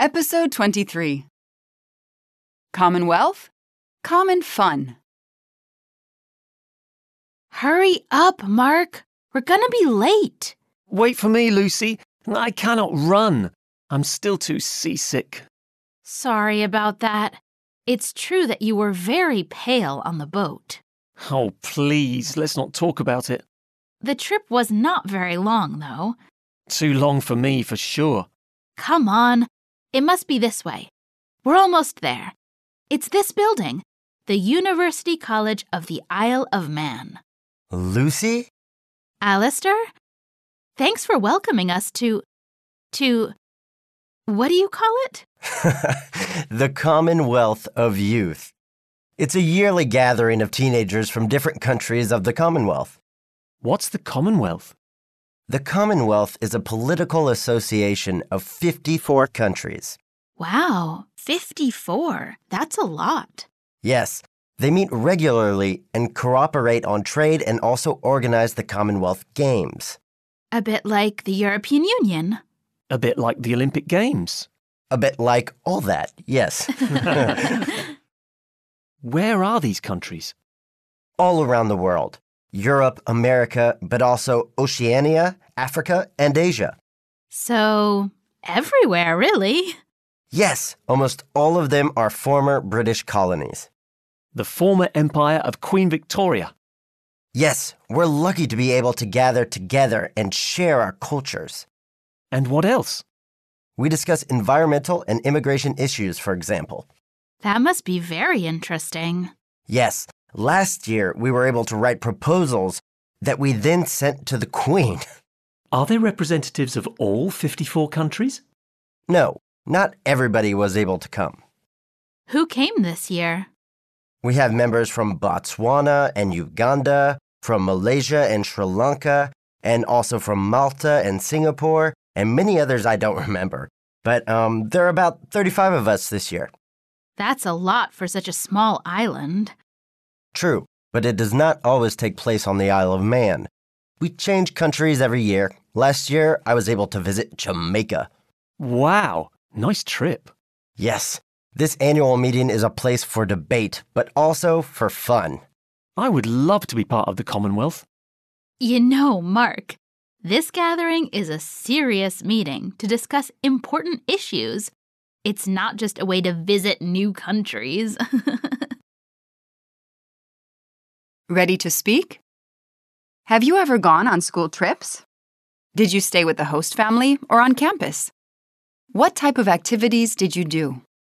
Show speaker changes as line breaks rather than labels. Episode 23 Commonwealth, Common Fun.
Hurry up, Mark. We're gonna be late.
Wait for me, Lucy. I cannot run. I'm still too seasick.
Sorry about that. It's true that you were very pale on the boat.
Oh, please, let's not talk about it.
The trip was not very long, though.
Too long for me, for sure.
Come on. It must be this way. We're almost there. It's this building, the University College of the Isle of Man.
Lucy?
Alistair, thanks for welcoming us to. to. what do you call it?
the Commonwealth of Youth. It's a yearly gathering of teenagers from different countries of the Commonwealth.
What's the Commonwealth?
The Commonwealth is a political association of 54 countries.
Wow, 54. That's a lot.
Yes, they meet regularly and cooperate on trade and also organize the Commonwealth Games.
A bit like the European Union.
A bit like the Olympic Games.
A bit like all that, yes.
Where are these countries?
all around the world Europe, America, but also Oceania, Africa, and Asia.
So, everywhere, really.
Yes, almost all of them are former British colonies.
The former empire of Queen Victoria.
Yes, we're lucky to be able to gather together and share our cultures.
And what else?
We discuss environmental and immigration issues, for example.
That must be very interesting.
Yes, last year we were able to write proposals that we then sent to the Queen.
Are there representatives of all 54 countries?
No, not everybody was able to come.
Who came this year?
We have members from Botswana and Uganda, from Malaysia and Sri Lanka, and also from Malta and Singapore, and many others I don't remember. But um, there are about 35 of us this year.
That's a lot for such a small island.
True, but it does not always take place on the Isle of Man. We change countries every year. Last year, I was able to visit Jamaica.
Wow, nice trip.
Yes, this annual meeting is a place for debate, but also for fun.
I would love to be part of the Commonwealth.
You know, Mark, this gathering is a serious meeting to discuss important issues. It's not just a way to visit new countries.
Ready to speak? Have you ever gone on school trips? Did you stay with the host family or on campus? What type of activities did you do?